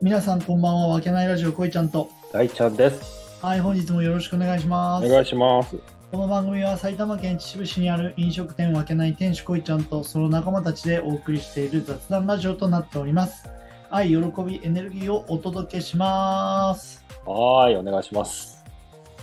皆さんこんばんは、わけないラジオこいちゃんと。大ちゃんです。はい、本日もよろしくお願いしまおす。願いします。この番組は埼玉県秩父市にある飲食店わけない店主こいちゃんとその仲間たちでお送りしている雑談ラジオとなっております。愛、喜び、エネルギーをお届けします。はーい、お願いします。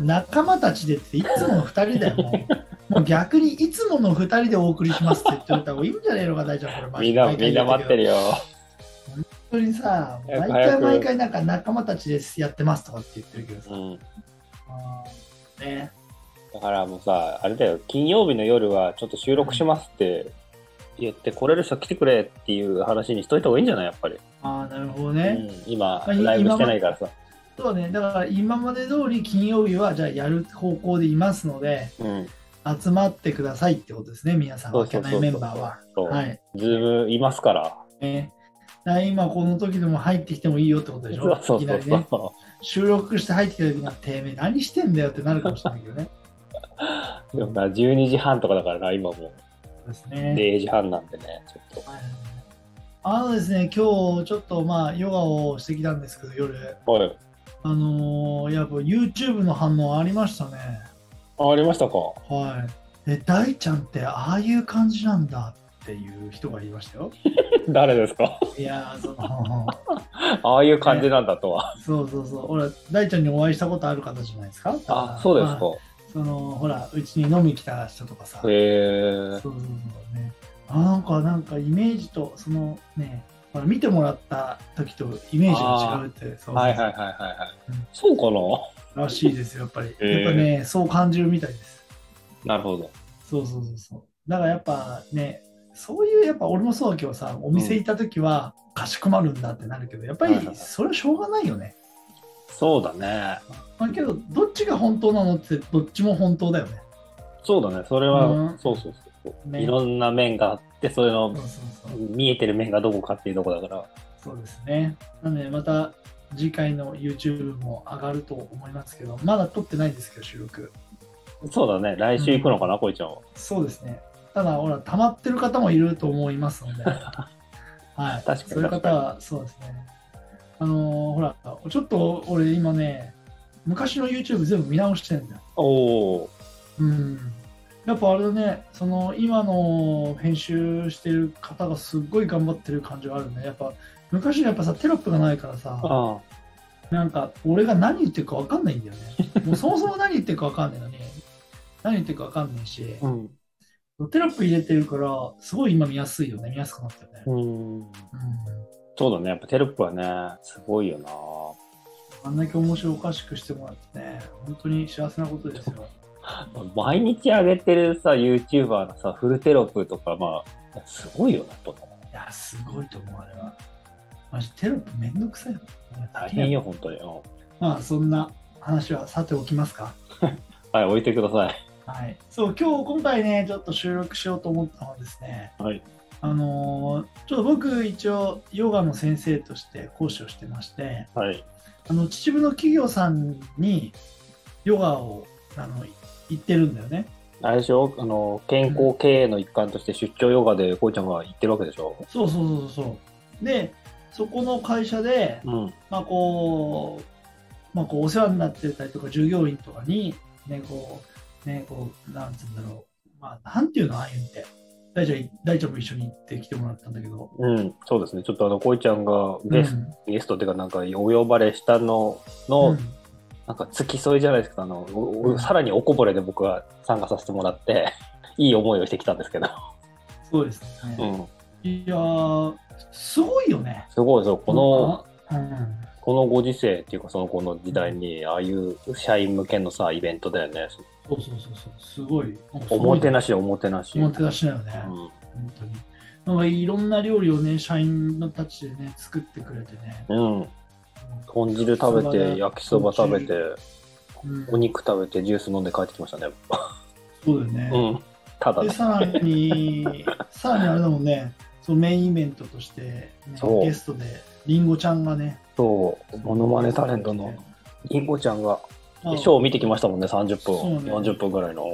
仲間たちでっていつもの2人だよ、も う。もう逆にいつもの2人でお送りしますって言っておいた方がいいんじゃねえのか、大ちゃん。これ毎みんな、毎回みんな待ってるよ。本当にさ、早毎く早回く毎回なんか仲間たちですやってますとかって言ってるけどさ。うん。あーね、だからもうさ、あれだよ、金曜日の夜はちょっと収録しますって言って、来れる人来てくれっていう話にしといた方がいいんじゃないやっぱり。あーなるほどうね。ん、ま今、あいライブしてないからさ。そうね、だから今まで通り金曜日はじゃあやる方向でいますので、うん。集まってくださいってことですね、皆さん、そわうそけうそなうそいうメンバーは。そう。はい。ズームいますから。ね、だから今この時でも入ってきてもいいよってことでし そうょ、そうきそなうりそう。ね。収録して入ってきた時に、てめえ、何してんだよってなるかもしれないけどね。でもな、12時半とかだからな、今もそうですう。ね。 0時半なんでね、ちょっはいあのですね、今日ちょっとまあヨガをしてきたんですけど、夜、と。はい。あのー、やっぱ YouTube の反応ありましたね。あ、ありましたか。 はい。え、大ちゃんってああいう感じなんだっていう人がいましたよ。誰で すかいやー、その、ああいう感じなんだとは。 そうそうそう、俺、大ちゃんにお会いしたことある方じゃないですか。あ、そうですはいか。その、ほら、うちに飲み来た人とかさ。へえそう。そうそうね。あなんかなんかイメージとそのね、ほら見てもらった時とイメージが違うってそうはいはいはいはいはいうん。そうからしいですよやっぱり。えーやっぱねそう感じるみたいです。ななるほど。そうそうそうそう。だからやっぱねそういうやっぱ俺もそうだけどさお店行った時は、かしこまるんだってなるけどやっぱりはいはいはいそれはしょうがないよね。そうだね。まあ、けどどっちが本当なのってどっちも本当だよね。そうだね。それは、うんそうそうそう。ねいろんな面があって、それそうのそうそう。見えてる面がどこかっていうとこだから。そうですね。なので、また次回の YouTube も上がると思いますけど、まだ撮ってないんですけど、収録。そうだね。来週行くのかな、こいちゃんは。そうですね。ただ、ほら、溜まってる方もいると思います ので、はい。確かにそういう方は、そうですね。あのーほら、ちょっと俺、今ね、昔の YouTube 全部見直してるんだよ。おお。うん。やっぱあれだね、その今の編集してる方がすっごい頑張ってる感じがあるね。やっぱ昔のやっぱさ、テロップがないからさ、あなんか俺が何言ってるか分かんないんだよね。もうそもそも何言ってるか分かんないのに、何言ってるか分かんないし、あ。うん。テロップ入れてるから、すごい今見やすいよね、見やすくなったよね。うん。うん。そうだね。やっぱテロップはね、すごいよな。あんだけ面白おかしくしてもらってね、本当に幸せなことですよ。毎日上げてるさ、YouTuber のさ、フルテロップとか、まあ、すごいよな、と。いや、すごいと思う、あれは。マジテロップめんどくさいよ。大変よ、本当に。うんまあ、そんな話はさておきますか。はい、置いてください。はい、そう今日今回ねちょっと収録しようと思ったのはですね、はいあのーちょっと僕一応ヨガの先生として講師をしてましてはい。あの秩父の企業さんにヨガをあの行ってるんだよねあれでしょあの健康経営の一環として出張ヨガでこうちゃんが行ってるわけでしょそうそうそうそうでそこの会社で、うん。まあこうまあ、こうお世話になってたりとか従業員とかにねこうねこうなんつうんだろうまあなんていうのああいうんって大ちゃん大ちゃんも一緒に行ってきてもらったんだけどうん、そうですね。ちょっとあの、こういちゃんがゲス,、ゲストっていうか、なんか、お呼ばれしたのうんの、うんなんか、付き添いじゃないですけど、あの、おうんおさらにおこぼれで僕は参加させてもらって、 いい思いをしてきたんですけど。そうですうね、ん。いやーすごいよねすごいですよ。この、、うん、このご時世っていうか、その、この時代に、ああいう社員向けのさ、イベントだよね。そうそうそうそうすごいおもてななし、おもてなし。おもてなしだよね、うん。本当になんかいろんな料理をね社員のたちでね作ってくれてね、うん。豚汁食べて、焼きそば食べて、うん、お肉食べてジュース飲んで帰ってきましたね。そうだよね、うん。ただで、さらに さらにあれだもんねそのメインイベントとしてね、そうゲストでりんごちゃんがねそう、モノマネタレントのりんごちゃんが、ショーを見てきましたもんね、30そう分、ね40分ぐらいの。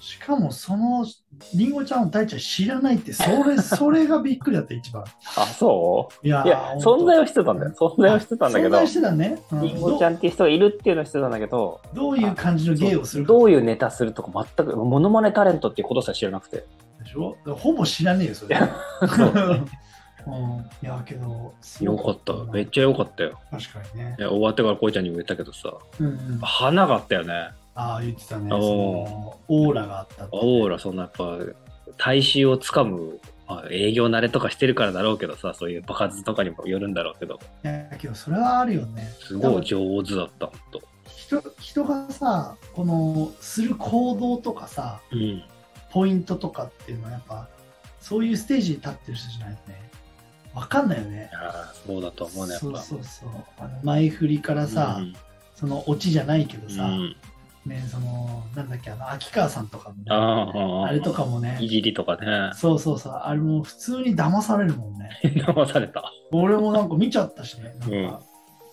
しかもそのりんごちゃんを大ちゃん知らないってそれ それがびっくりだった一番あ、そいやういや、存在はしてたんだよ。存在はしてたんだけ存ど在、してたね、うりんごちゃんっていう人がいるっていうのはしてたんだけど、どどういう感じの芸をするかどういうネタするとか全く、モノマネタレントっていうことさえ知らなくて。でしょほぼ知らねえよそれそううん、いやけどすよごかった。めっゃちゃよかったよ。確かにねい、や終わってからこいちゃんにも言ったけどさ、うんうん、あ花があったよね。あ言ってたねそおーのオーラがあったってオーラ、そんなやっぱ、大衆をつかむ、まあ、営業慣れとかしてるからだろうけどさ、そういう爆発とかにもよるんだろうけど、いやけどそれはあるよねすごい上手だった、ほんと。人人がさこのする行動とかさうん。ポイントとかっていうのはやっぱそういうステージに立ってる人じゃないとね分かんないよねいやーそうだと思うね、やっぱ。そうそうそうあの前振りからさ、うんそのオチじゃないけどさ、うんねそのなんだっけあの秋川さんとかもねあーあーあれとかもねいじりとかね、そうそうそうあれも普通に騙されるもんね騙された。俺もなんか見ちゃったしねなんか、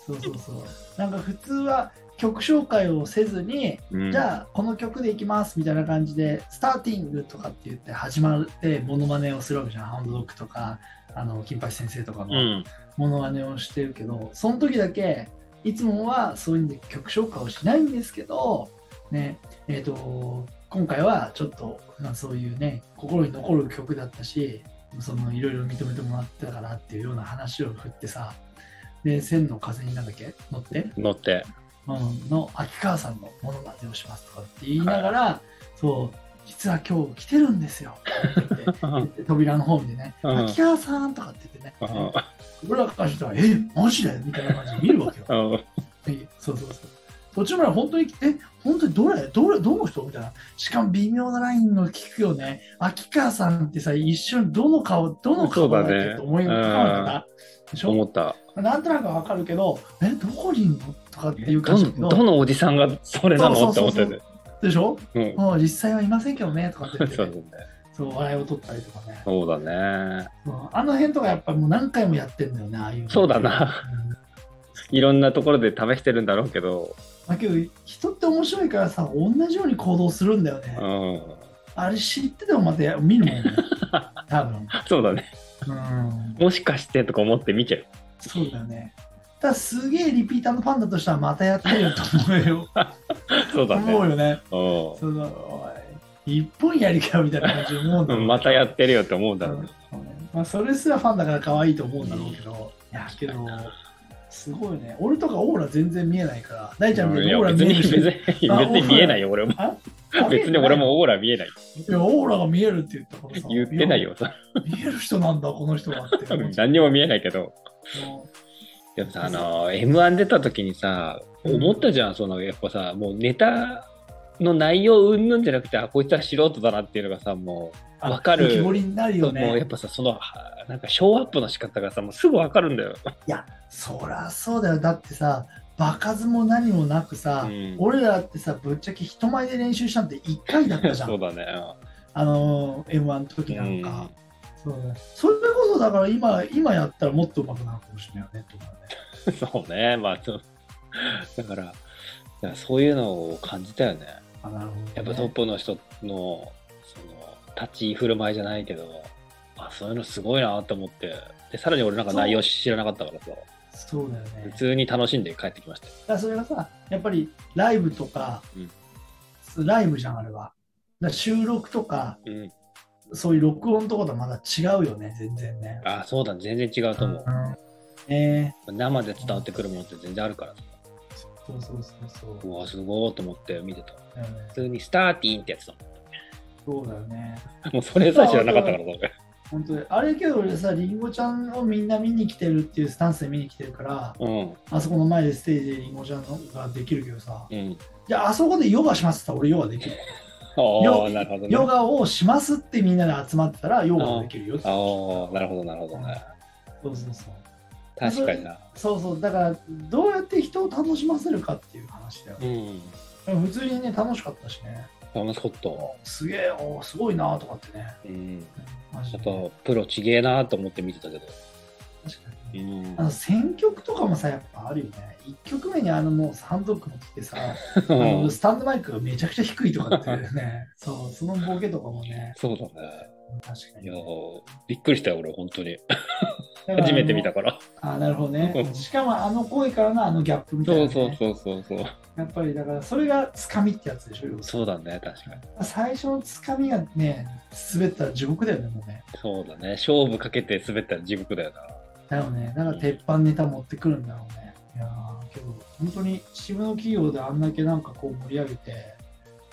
そうそうそうなんか普通は曲紹介をせずにうんじゃあこの曲でいきますみたいな感じでスターティングとかって言って始まってモノマネをするわけじゃんハンドドッグとかあの金八先生とかうのん、モノマネをしてるけど、その時だけいつもはそういうんで曲紹介をしないんですけどねえー、と今回はちょっと、まあ、そういうね心に残る曲だったしそのいろいろ認めてもらったからっていうような話を振ってさで千の風になんだっけ乗って 乗って。うん、の秋川さんのものまねをしますとかって言いながら、そう実は今日来てるんですよって言って 言って扉の方見てね、うん秋川さんとかって言ってうね、ん。俺らからしたら、え、マジでみたいな感じで見るわけようんはいそうそうそう途中まで本当に、え、本当にどれ、どれ、どの人みたいな。しかも微妙なラインの聞くよね。秋川さんってさ、一瞬どの顔、どの顔だっそうだねけと思い浮かばなかったでし思ょった。なんとなくわかるけど、え、どこにいんのとかっていう感じだけどどのおじさんがそれなのってそ思うっそうそうそうてて。でしょうんもう実際はいませんけどねとかって言ってそね、うだね。そう笑いを取ったりとかね、そうだね。うんあの辺とかやっぱりもう何回もやってんだよねああいうのそうだな、うんいろんなところで試してるんだろうけど、だけど人って面白いからさ同じように行動するんだよね、うん、あれ知っててもまたや見る もんね多分そうだね。うんもしかしてとか思って見ちゃう。そうだよねただすげえリピーターのファンだとしたらまたやってるよと思うよ そうだ思うね。よねうそうだおい一本やりかよみたいな感じで思うんだよん。またやってるよって思うんだろうね。まあ、それすらファンだから可愛いと思うんだろうけど、いやけどすごいね俺とかオーラ全然見えないから大ちゃんみいたいにやオーラ別見えにる別人に別に見えないよ俺もあ別に俺もオーラ見えないいやオーラが見えるって言ったからさ言ってないよいや見える人なんだこの人はって何にも見えないけどもでもさあの M1 出た時にさうん思ったじゃんそのやっぱさもうネタの内容うんぬんじゃなくてあこいつは素人だなっていうのがさもうわかるあ浮き彫りになるうよもうやっねぱさそのはなんかショーアップの仕方がさもうすぐわかるんだよ、そりゃそうだよだってさ場数も何もなくさ、うん俺らってさぶっちゃけ人前で練習したんって1回だったじゃそうんだねあの m 1の時うなんんか、そうね、それこそだから今今やったらもっと上手くなるかもしれないよねと思うねそうねまあそうだからだからそういうのを感じたよねあなるほどね、やっぱトップの人のその立ち居振る舞いじゃないけどあそういうのすごいなと思ってでさらに俺なんか内容知らなかったからさそうだよね普だか通に楽しんで帰ってきましたよらそれがさやっぱりライブとか、ライブじゃんあれはだから収録とかうん、そういう録音とかとはまだ違うよね全然ねあそうだ全然違うと思う、うんね生で伝わってくるものって全然あるからさそうそうそうそううわすごいと思って見てただよね普通にスターティーンってやつだもそうだよねんもうそれさえ知らなかったからさ俺本当にあれけど俺さりんごちゃんをみんな見に来てるっていうスタンスで見に来てるからうんあそこの前でステージでりんごちゃんのができるけどさうんじゃああそこでヨガしますって言ったら俺ヨガできるあヨあなるほどねヨガをしますってみんなで集まってたらヨガができるよってああなるほどなるほどねそうそうそう確かになそうそうだからどうやって人を楽しませるかっていう話だよ、うん普通にね楽しかったしね楽しかったおすげえおすごいなとかってねうんうんマジやでっぱプロちげえなと思って見てたけど確かにうんあの選曲とかもさやっぱあるよね1曲目にあのもうサンドック持ってきてさあのスタンドマイクがめちゃくちゃ低いとかっていうね そうそのボケとかもね そうだね。確かいにやーびっくりしたよ、俺、本当に。だから初めて見たから。あなるほどねしかもあの声からのあのギャップみたいな、そね、うそうそうそうそう。やっぱりだからそれがつかみってやつでしょ要するそうだね、確かに。に最初のつかみがね滑ったら地獄だよねもうねそうだね。勝負かけて滑ったら地獄だよだな。よねだから鉄板ネタ持ってくるんだろうねいやーけど本当に自分の企業であんだけなんかこう盛り上げて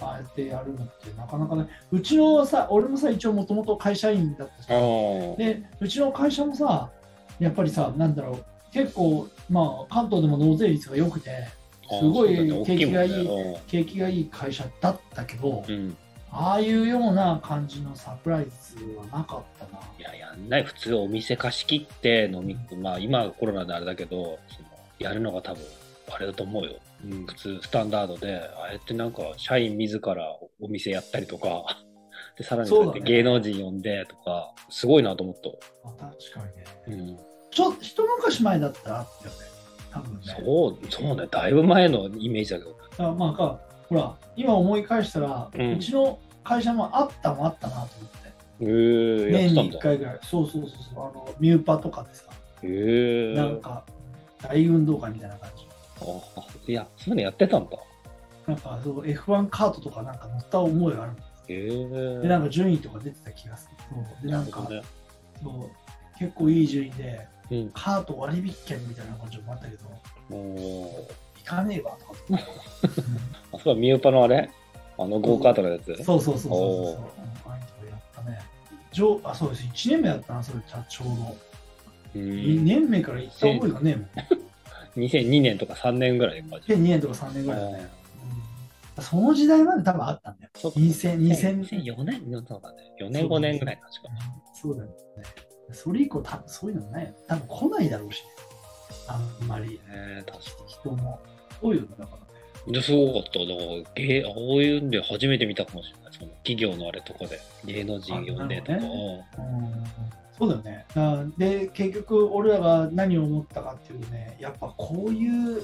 ああやってやるのってなかなかねうちのさ俺もさ一応もともと会社員だったしあでうちの会社もさやっぱりさなんだろう結構まあ関東でも納税率が良くてあ。すごいそうだね景気がいい大きもんね景気がいい会社だったけど、うんうん。ああいうような感じのサプライズはなかったな。いや、やんない。普通、お店貸し切って飲み、まあ、今はコロナであれだけど、そのやるのが多分、あれだと思うよ。うん、普通、スタンダードで、ああやってなんか、社員自らお店やったりとか、 でさらにそうやってそうだね芸能人呼んでとか、すごいなと思った。あ確かにね。うんちょっと一昔前だったらあったよね。多分ね。そう、そうね、だいぶ前のイメージだけど。だからまあか、ほら、今思い返したら、ううんちの会社もあったもあったなと思って。へえや年ってたにん1だ。回ぐらい。そうそうそうそう。あのミューパとかでさ、へえなんか大運動会みたいな感じ。あいや、そういうのやってたんだ。なんかそう F1 カートとかなんか乗った思いがある。へえで、なんか順位とか出てた気がする。そうで、なんか、ね、そう結構いい順位で、うん。カート割引券みたいな感じもあったけど、もう、行かねえわとか思って あ、そうだ、ミューパのあれあの、ゴーカートのやつ。そうそうそうそうそおう。ーうんああいうとこやったね。上あそうです1年目だったな、それちょううど。ん2年目から行った覚えがねえもん。 2002年とか3年ぐらいの感じ。で、2年とか3年ぐらいだね。うんその時代まで多分あったんだよ。そっか2000、2000 2004年そうだね。4年、5年ぐらいの確か。そうだよね。それ以降、多分そういうのないよ。多分来ないだろうしね。あんまりえ確か人も。そういうのだからね。に。で、すごかった。だから、芸、あこういうんで初めて見たかもしれない。その企業のあれとかで、芸能人呼んでとか。あなるほうんそうだよね。あで、結局、俺らが何を思ったかっていうとね、やっぱこういう、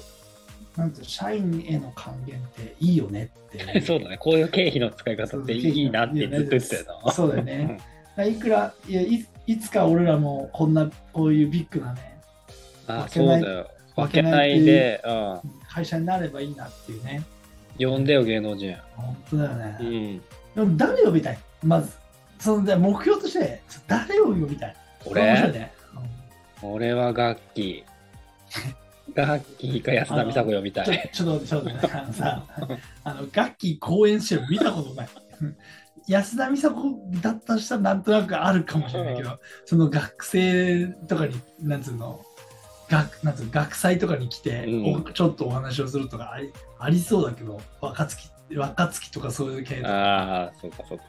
なんていうの社員への還元っていいよねっていう。 そうだね、こういう経費の使い方っていいなってずっと言ってたよな。そうだよね。いくら、いやいいつか俺らもこんな、こういうビッグなね、ああ分そけうないだよ。分けないで、うん、会社になればいいなっていうね。呼んでよ、芸能人。本当だようね。ん。でも誰呼びたいまず。そので目標として、誰を呼びたいれ面白い俺ね。うん俺は楽器。 楽器か安田美佐子呼びたちょい。ちょっと待って、ちょっと待って、あのさ、あのガッキー公演してるの見たことない。安田美佐子だったとしたらなんとなくあるかもしれないけど、その学生とかに、なんつうの、学なんつうの学祭とかに来て、うんおちょっとお話をするとかありありそうだけど、若月若月とかそういう系だああ、そうかそうか。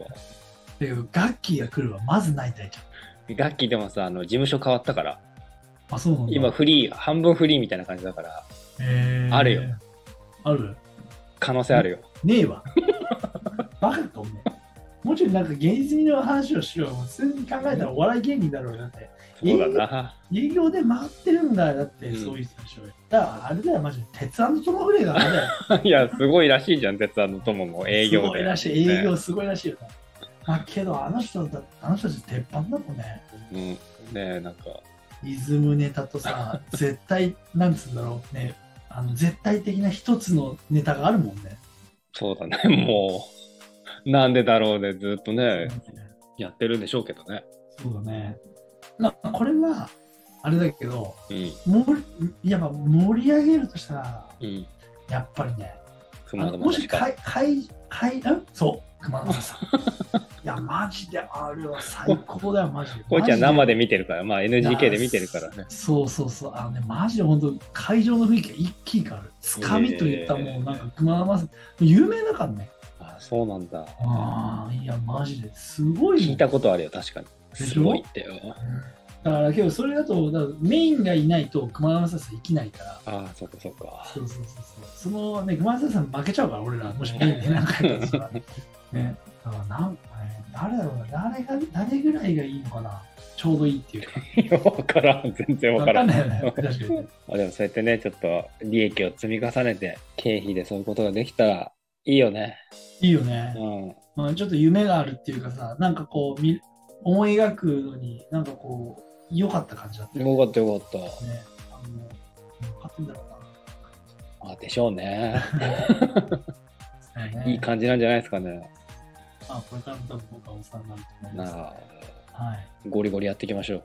けど、ガッキーが来るはまずない大ちゃん。楽器でもさ、あの事務所変わったから、あ、そうなんだ。今フリー、半分フリーみたいな感じだから、へーあるよ。ある可能性あるよ。ねえわ。 バカかお前。もうちょいなんか芸術味の話をしろよ。普通に考えたらお笑い芸人だろうよ。だって、そうだな。営業で回ってるんだよ。だって、うんそういう人でしょ。だからあれだよ、マジで。鉄腕のトマフレがあれだよ。いや、すごいらしいじゃん、鉄腕の友も営業で。すごいらしい。営業ねすごいらしいよ。まあ、けど、あの人だあの人たち鉄板だもんね。うん。ねえ、なんか。リズムネタと さ、絶対、なんつうんだろうね。あの絶対的な一つのネタがあるもんね。そうだね、もう、なんでだろうでずっとね、やってるんでしょうけどね。そうだね。なこれは、あれだけど、うん、もやっぱ盛り上げるとしたらうん。やっぱりね熊あの野ももししかいかいかいんそう熊野さ んいやマジであれは最高だよマジでこいちゃん生マジで見てるから、まあ NGK で見てるからね。そうそうそうあのねマジで本当会場の雰囲気が一気に変わるつかみといったらもうなんか熊野マさん有名だからねあそうなんだ。ああいやマジですごいもん聞いたことあるよ、確かに。でしょすごいってよ。だからけどそれだとだからメインがいないと熊野さん生きないからああ、そっかそっ か。そうそうそうそう。そのね、熊谷さん負けちゃうから、俺ら、もしメインでなんかやったらさ。ね、だからなんかね、誰だろうな、誰が、誰ぐらいがいいのかな、ちょうどいいっていう か、いや分からん、全然分わかからんん。ないよね、確かにね。あでもそうやってね、ちょっと利益を積み重ねて、経費でそういうことができたらいいよね。いいよねう。ん。まあ、ちょっと夢があるっていうかさ、なんかこう、み思い描くのに、なんかこう、良かった感じだったよよかったよかっね。あの、分かってんだろうた。あでしょう ね。な。いい感じなんじゃないですかね。じ。まあ、これからも多分僕はおっさんになると思いまなす。はい。あ、ゴリゴリやっていきましょう。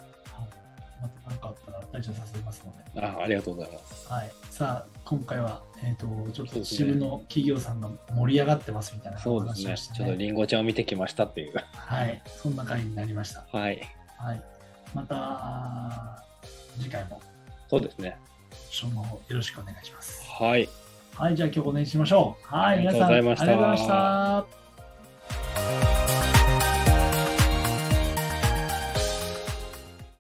また何かあったら大丈夫させますので。あありがとうございます。はい。さあ、今回は、えっ、と、ちょっそうとです自ね分の企業さんが盛り上がってますみたいなそうです話ね。をして、ちょっとね。リンゴちゃんを見てきましたっていう。はい。そんな回になりました。はい。はい。また、次回も、そうですね。ショーの方よろしくお願いします。はい。はい、じゃあ今日この辺にしましょう。はい、皆さん、ありがとうございましたありがとうございました。